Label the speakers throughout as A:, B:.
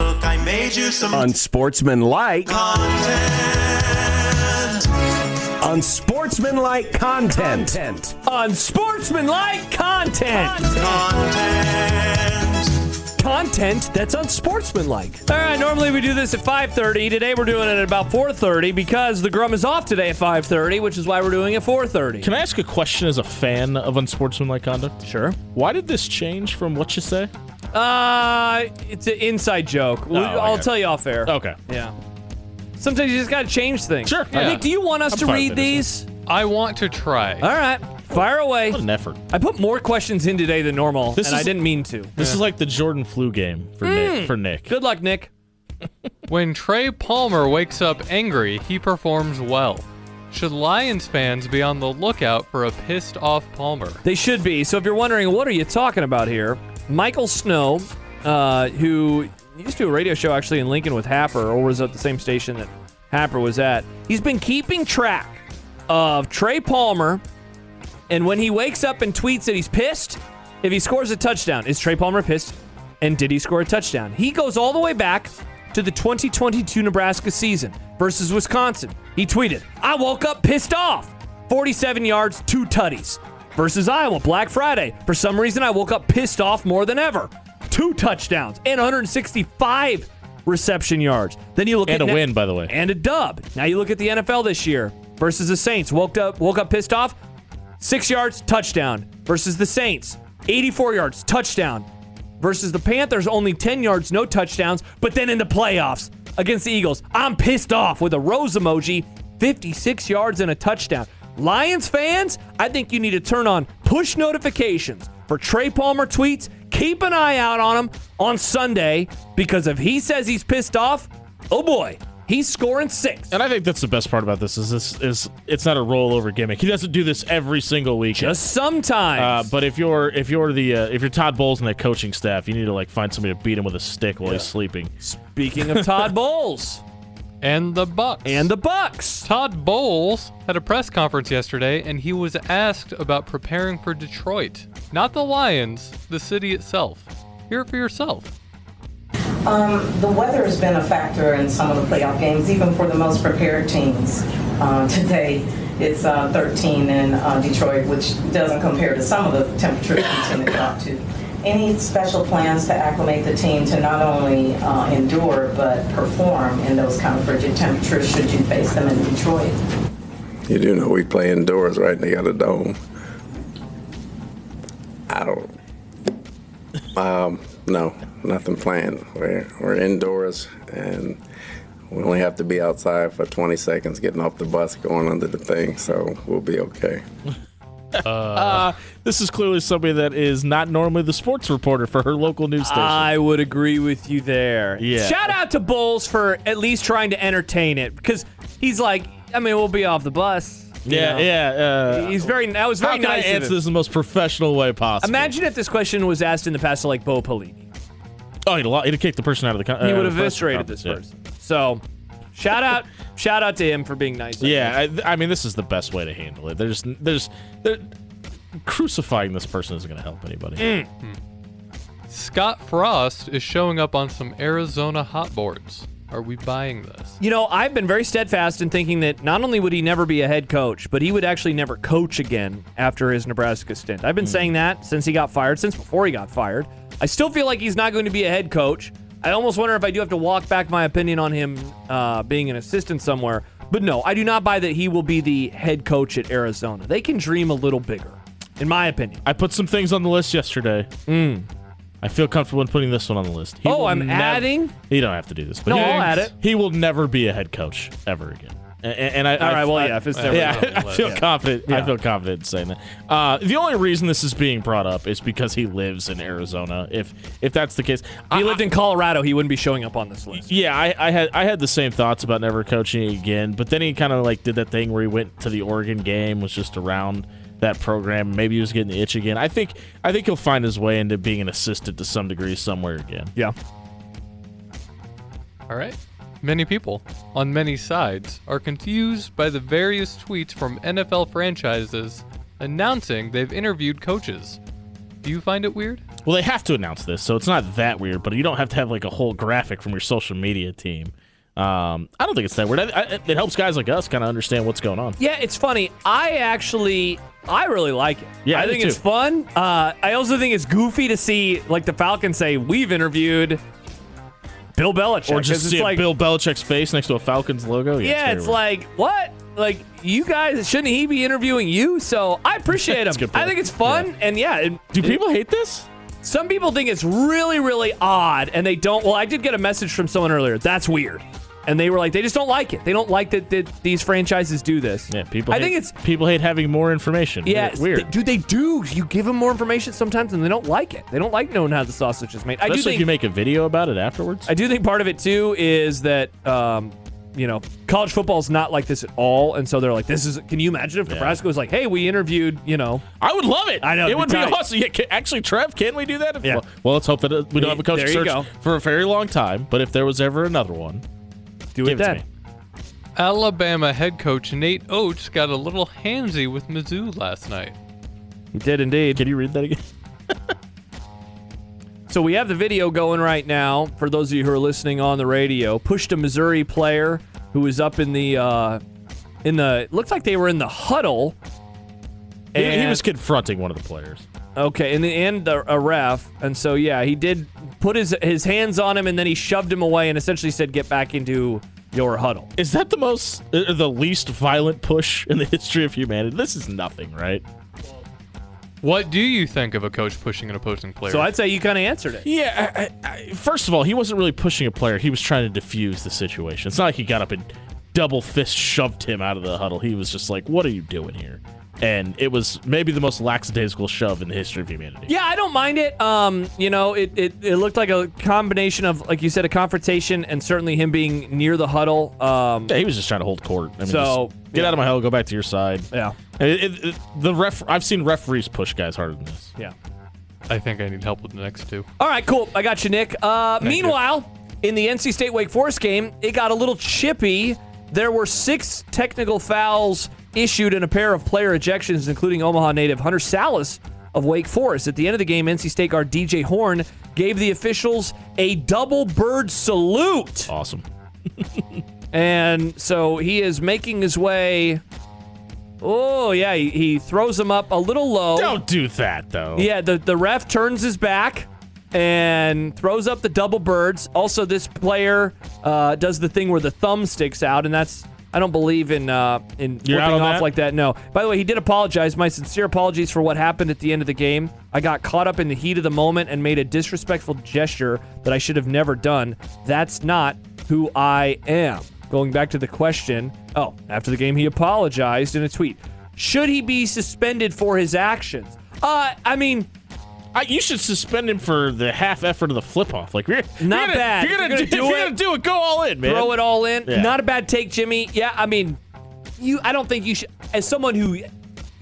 A: Look, I made you some
B: unsportsmanlike,
A: content.
B: unsportsmanlike content.
C: Unsportsmanlike content.
A: Content.
C: Content that's unsportsmanlike. All right, normally we do this at 5:30. Today we're doing it at about 4:30 because the Grum is off today at 5:30, which is why we're doing it 4:30.
D: Can I ask a question as a fan of unsportsmanlike conduct?
C: Sure.
D: Why did this change from what you say?
C: Uh, it's an inside joke. We-
D: Oh,
C: I'll
D: okay.
C: tell you off air.
D: Okay.
C: Yeah. Sometimes you just gotta change things.
D: Sure,
C: I
D: yeah.
C: think. Do you want us
D: I'm
C: to
D: fine
C: read
D: with it,
C: these?
E: I want to try.
C: All right. Fire away.
D: What an effort.
C: I put more questions in today than normal,
D: This
C: and I
D: is-
C: didn't mean to.
D: This is like the Jordan flu game for Nick. For Nick.
C: Good luck, Nick.
E: When Trey Palmer wakes up angry, he performs well. Should Lions fans be on the lookout for a pissed off Palmer?
C: They should be. So if you're wondering, what are you talking about here? Michael Snow, uh, who used to do a radio show actually in Lincoln with Happer, or was at the same station that Happer was at, he's been keeping track of Trey Palmer. And when he wakes up and tweets that he's pissed, if he scores a touchdown, is Trey Palmer pissed? And did he score a touchdown? He goes all the way back to the 2022 Nebraska season versus Wisconsin. He tweeted, I woke up pissed off. 47 yards, two tutties. Versus Iowa, Black Friday. For some reason, I woke up pissed off more than ever. Two touchdowns and 165 reception yards. Then you look
D: And
C: at
D: a
C: ne-
D: win, by the way.
C: and a dub. Now you look at the NFL this year versus the Saints. Woke up, woke up pissed off. Six yards, touchdown versus the Saints. 84 yards, touchdown versus the Panthers. Only 10 yards, no touchdowns. But then in the playoffs against the Eagles, I'm pissed off with a rose emoji. 56 yards and a touchdown. Lions fans, I think you need to turn on push notifications for Trey Palmer tweets. Keep an eye out on him on Sunday because if he says he's pissed off, oh boy, he's scoring six.
D: And I think that's the best part about this is this is it's not a rollover gimmick. He doesn't do this every single week.
C: Just sometimes.
D: Uh, but if you're if you're the uh, if you're Todd Bowles and that coaching staff, you need to like find somebody to beat him with a stick while he's sleeping.
C: Speaking of Todd Bowles
E: And the Bucks.
C: and the Bucks,
E: Todd Bowles had a press conference yesterday and he was asked about preparing for Detroit. Not the Lions, the city itself. Hear it for yourself.
F: Um, the weather has been a factor in some of the playoff games, even for the most prepared teams. Uh, today, it's uh, 13 in uh, Detroit, which doesn't compare to some of the temperatures we tend to go up to. Any special plans to acclimate the team to not only uh, endure but perform in those kind of frigid temperatures should you face them in Detroit?
G: You do know we play indoors, right? And they got a dome. I don't. Um, no, nothing planned. We're we're indoors, and we only have to be outside for 20 seconds, getting off the bus, going under the thing. So we'll be okay.
D: This is clearly somebody that is not normally the sports reporter for her local news station.
C: I would agree with you there.
D: Yeah.
C: Shout out to Bowles for at least trying to entertain it because he's like, I mean, we'll be off the bus. you
D: yeah,
C: know.
D: yeah. Uh,
C: He's very. That was
D: how
C: very
D: can
C: nice.
D: I
C: of
D: answer
C: him.
D: this in the most professional way possible?
C: Imagine if this question was asked in the past to like Bo Pelini.
D: Oh, he'd, lo- he'd kick the person out of the. Con-
C: He
D: uh,
C: would have
D: the press
C: eviscerated this
D: conference,
C: person. So, shout out, shout out to him for being nice.
D: Yeah, yeah I, I mean, this is the best way to handle it. There's, there's, there, crucifying this person isn't going to help anybody.
C: Mm.
E: Scott Frost is showing up on some Arizona hot boards. Are we buying this?
C: You know, I've been very steadfast in thinking that not only would he never be a head coach, but he would actually never coach again after his Nebraska stint. I've been
D: Hmm.
C: saying that since he got fired, since before he got fired. I still feel like he's not going to be a head coach. I almost wonder if I do have to walk back my opinion on him uh, being an assistant somewhere. But no, I do not buy that he will be the head coach at Arizona. They can dream a little bigger, in my opinion.
D: I put some things on the list yesterday. I feel comfortable in putting this one on the list. He
C: Mm. Oh,
D: will
C: I'm adding?
D: You don't have to do this. But
C: No,
D: he,
C: I'll add it.
D: He will never be a head coach ever again. And, and I,
C: All right,
D: I,
C: well,
D: I-
C: yeah, if it's
D: I-
C: never
D: yeah,
C: gonna
D: I feel confident. I feel confident in saying that. Uh, the only reason this is being brought up is because he lives in Arizona. If if that's the case,
C: If he lived in Colorado, he wouldn't be showing up on this list.
D: yeah, I, I had I had the same thoughts about never coaching again, but then he kind of like did that thing where he went to the Oregon game, was just around that program. Maybe he was getting the itch again. I think I think he'll find his way into being an assistant to some degree somewhere again.
C: Yeah.
E: All right. Many people on many sides are confused by the various tweets from NFL franchises announcing they've interviewed coaches. Do you find it weird?
D: Well, they have to announce this, so it's not that weird. But you don't have to have like a whole graphic from your social media team. Um, I don't think it's that weird. I, I, it helps guys like us kind of understand what's going on.
C: Yeah, it's funny. I actually, I really like it.
D: Yeah, I
C: I
D: do
C: think it's
D: too.
C: fun. Uh, I also think it's goofy to see like the Falcons say we've interviewed Bill Belichick,
D: Or
C: 'cause
D: just
C: it's
D: see
C: like,
D: Bill Belichick's face next to a Falcons logo.
C: yeah,
D: very
C: it's
D: weird.
C: like what? Like you guys, shouldn't he be interviewing you? So I appreciate him.
D: That's a good
C: I
D: point.
C: think it's fun, and yeah, it,
D: do people hate this?
C: some people think it's really, really odd, and they don't. Well, I did get a message from someone earlier. That's weird, and they were like, they just don't like it. They don't like that, that these franchises do this.
D: Yeah, people.
C: I
D: hate,
C: think it's
D: people hate having more information.
C: Yeah,
D: Weird-
C: it's-
D: weird.
C: they- dude, they do. You give them more information sometimes, and they don't like it. They don't like knowing how the sausage is made. I do
D: Especially if
C: think.
D: you make a video about it afterwards.
C: I do think part of it too is that, um, you know, college football's not like this at all, and so they're like, "This is." Can you imagine if Nebraska was like, "Hey, we interviewed," you know,
D: I would love it.
C: I know,
D: it
C: it'd
D: would
C: be
D: be
C: tight.
D: awesome. Yeah, can, actually, Trev, can we do that? If-
C: Yeah.
D: Well, well, let's hope that uh, we don't have a coach
C: There you
D: search
C: go.
D: for a very long time. But if there was ever another one,
C: do
D: give
C: it
D: it to
C: then.
D: me.
E: Alabama head coach Nate Oates got a little handsy with Mizzou last night.
C: He did indeed.
D: Can you read that again?
C: So we have the video going right now for those of you who are listening on the radio. Pushed a Missouri player who was up in the uh, in the looked like they were in the huddle.
D: He- he
C: and-
D: was confronting one of the players.
C: Okay, in the end, a, a ref, and so yeah, he did put his his hands on him, and then he shoved him away, and essentially said, "Get back into your huddle."
D: Is that the most, uh, the least violent push in the history of humanity? This is nothing, right?
E: What do you think of a coach pushing an opposing player?
C: So I'd say you kind of answered it.
D: Yeah. I, I, I- first of all, he wasn't really pushing a player. He was trying to defuse the situation. It's not like he got up and double fist shoved him out of the huddle. He was just like, "What are you doing here?" And it was maybe the most lackadaisical shove in the history of humanity.
C: Yeah, I don't mind it. Um, you know, it, it it looked like a combination of, like you said, a confrontation, and certainly him being near the huddle. Um,
D: Yeah, he was just trying to hold court. I mean,
C: So,
D: just get out of my huddle, go back to your side.
C: yeah,
D: It- it- it- the ref, I've seen referees push guys harder than this.
C: yeah.
E: I think I need help with the next two.
C: All right, cool. I got you, Nick. Uh, meanwhile, in the NC State Wake Forest game, it got a little chippy. There were six technical fouls issued and a pair of player ejections, including Omaha native Hunter Salas of Wake Forest. At the end of the game, NC State guard DJ Horn gave the officials a double bird salute.
D: Awesome.
C: And so he is making his way. Oh, yeah, he, he throws him up a little low.
D: Don't do that though.
C: Yeah, the, the ref turns his back and throws up the double birds. Also, this player uh, does the thing where the thumb sticks out, and that's I don't believe in uh, in
D: You're out
C: flipping
D: on
C: off
D: that?
C: like that. No. By the way, he did apologize. My sincere apologies for what happened at the end of the game. I got caught up in the heat of the moment and made a disrespectful gesture that I should have never done. That's not who I am. Going back to the question. Oh, after the game, he apologized in a tweet. Should he be suspended for his actions? Uh, I mean,
D: I, you should suspend him for the half effort of the flip off. Like, you're, you're
C: Not
D: gonna,
C: bad.
D: You're gonna,
C: You're
D: do, if you're gonna do it. Go all in, man.
C: throw it all in.
D: Yeah.
C: Not a bad take, Jimmy. Yeah, I mean, you. I don't think you should. As someone who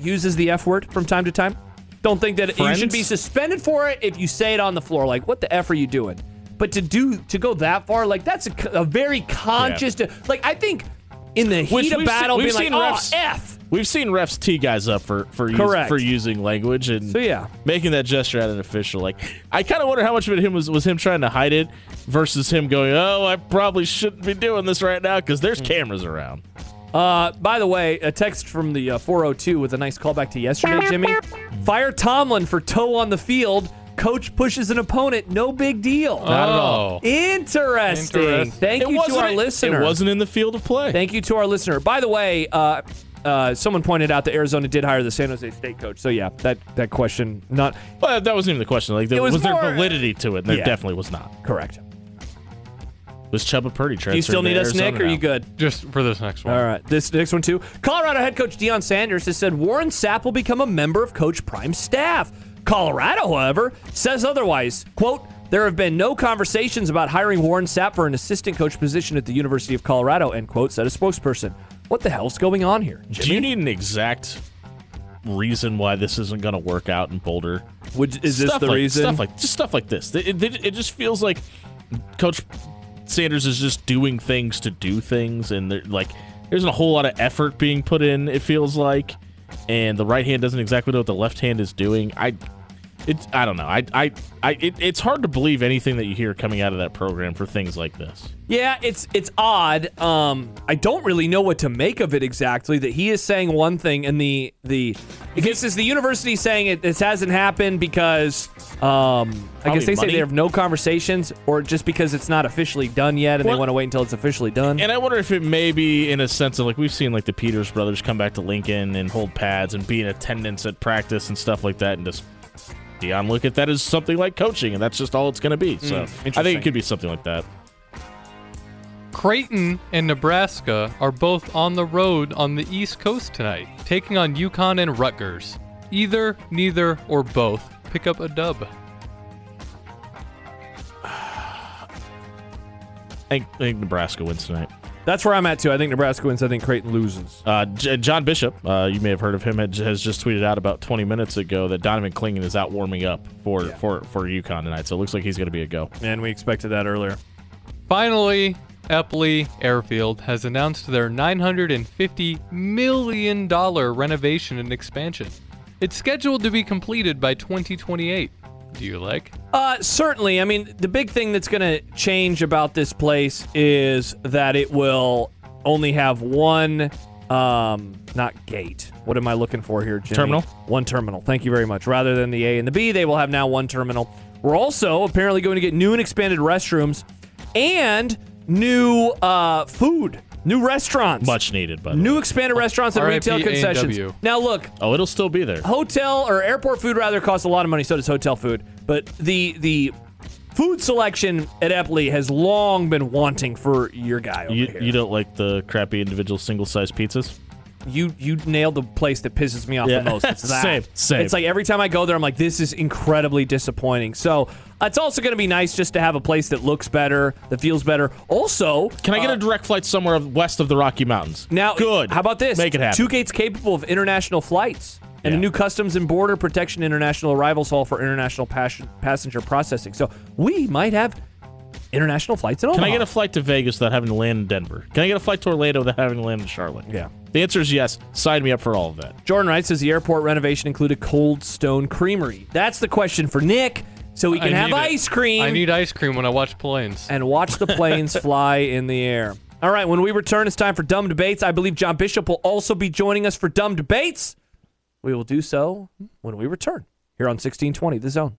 C: uses the F word from time to time, don't think that you should
D: Friends?
C: be suspended for it if you say it on the floor. Like, what the f are you doing? But to do to go that far, like that's a, c- a very conscious. Like, I think in the heat
D: Which
C: of
D: we've seen-
C: battle,
D: we've
C: being like,
D: seen refs-
C: oh f.
D: We've seen refs tee guys up for for use,
C: Correct.
D: for using language and
C: So, yeah.
D: making that gesture at an official. Like, I kind of wonder how much of it him was was him trying to hide it versus him going, "Oh, I probably shouldn't be doing this right now because there's
C: Mm.
D: cameras around."
C: Uh, by the way, a text from the uh, 402 with a nice callback to yesterday, Jimmy. Fire Tomlin for toe on the field. Coach pushes an opponent. No big deal.
E: Not at all.
C: Interesting.
E: Interesting.
C: Thank
D: it
C: you to
D: wasn't
C: our
D: it-
C: listener.
D: It wasn't in the field of play.
C: Thank you to our listener. By the way, uh, uh, someone pointed out that Arizona did hire the San Jose State coach. So yeah, that that question not
D: well, that wasn't even the question. Like, there,
C: was
D: was, there
C: more-
D: validity to it? And there
C: Yeah.
D: definitely was not.
C: correct.
D: was Chuba Purdy transferred?
C: Do you still
D: to
C: need us,
D: Arizona
C: Nick? Or are
D: now?
C: you good?
E: Just for this next one.
C: All right. This next one too. Colorado head coach Deion Sanders has said Warren Sapp will become a member of Coach Prime's staff. Colorado, however, says otherwise. Quote, there have been no conversations about hiring Warren Sapp for an assistant coach position at the University of Colorado, end quote, said a spokesperson. What the hell's going on here?
D: Do you need an exact reason why this isn't going to work out in Boulder?
C: Would, is this
D: Stuff
C: the
D: like,
C: reason?
D: Stuff like just stuff like this. It, it, it just feels like Coach Sanders is just doing things to do things, and there- like there's a whole lot of effort being put in. It feels like, and the right hand doesn't exactly know what the left hand is doing. I. It's, I don't know. I, I, I it, it's hard to believe anything that you hear coming out of that program for things like this.
C: Yeah, it's it's odd. Um, I don't really know what to make of it exactly. That he is saying one thing, and the the I guess is the university saying it this hasn't happened because um, I
D: Probably
C: guess they say
D: money.
C: they have no conversations, or just because it's not officially done yet, and they
D: Well-
C: want to wait until it's officially done.
D: And I wonder if it may be in a sense of like we've seen like the Peters brothers come back to Lincoln and hold pads and be in attendance at practice and stuff like that, and just Dion look at that as something like coaching, and that's just all it's going to be. So I think
C: Hmm, interesting.
D: it could be something like that.
E: Creighton and Nebraska are both on the road on the East Coast tonight, taking on Yukon and Rutgers. Either, neither, or both pick up a dub.
D: I think, I think Nebraska wins tonight.
C: That's where I'm at too. I think Nebraska wins. I think Creighton loses.
D: Uh, J- John Bishop, uh, you may have heard of him, had- has just tweeted out about 20 minutes ago that Donovan Klingon is out warming up for for for UConn tonight. So it looks like he's going to be a go.
C: And we expected that earlier.
E: Finally, Epley Airfield has announced their $950 million renovation and expansion. It's scheduled to be completed by 2028. Do you like?
C: Uh, certainly. I mean, the big thing that's going to change about this place is that it will only have one, um, not gate. What am I looking for here, Jimmy?
D: Terminal?
C: One terminal. Thank you very much. Rather than the A and the B, they will have now one terminal. We're also apparently going to get new and expanded restrooms and new uh, food, new restaurants,
D: Much needed, by the way.
C: new expanded restaurants and
E: RIP
C: retail concessions.
E: A&W.
C: Now, look,
D: Oh, it'll still be there.
C: hotel or airport food rather costs a lot of money. So does hotel food. But the the food selection at Epley has long been wanting for your guy over
D: You,
C: here.
D: you don't like the crappy individual single size pizzas?
C: you you nailed the place that pisses me off
D: Yeah.
C: the most. It's that.
D: Same, same.
C: It's like every time I go there, I'm like, this is incredibly disappointing. So it's also going to be nice just to have a place that looks better, that feels better. Also,
D: Can I get a direct flight somewhere west of the Rocky Mountains?
C: Uh, Now,
D: good.
C: How about this?
D: Make it happen.
C: Two gates capable of international flights and a
D: Yeah.
C: new Customs and Border Protection International Arrivals Hall for international pas- passenger processing. So we might have international flights at all.
D: Can I get a flight to Vegas without having to land in Denver? Can I get a flight to Orlando without having to land in Charlotte?
C: Yeah.
D: The answer is yes. Sign me up for all of that.
C: Jordan Wright says the airport renovation included Cold Stone Creamery. That's the question for Nick. So we can
E: I
C: have
E: need it.
C: ice cream.
E: I need ice cream when I watch planes.
C: and watch the planes fly in the air. All right, when we return, it's time for Dumb Debates. I believe John Bishop will also be joining us for Dumb Debates. We will do so when we return here on 1620 The Zone.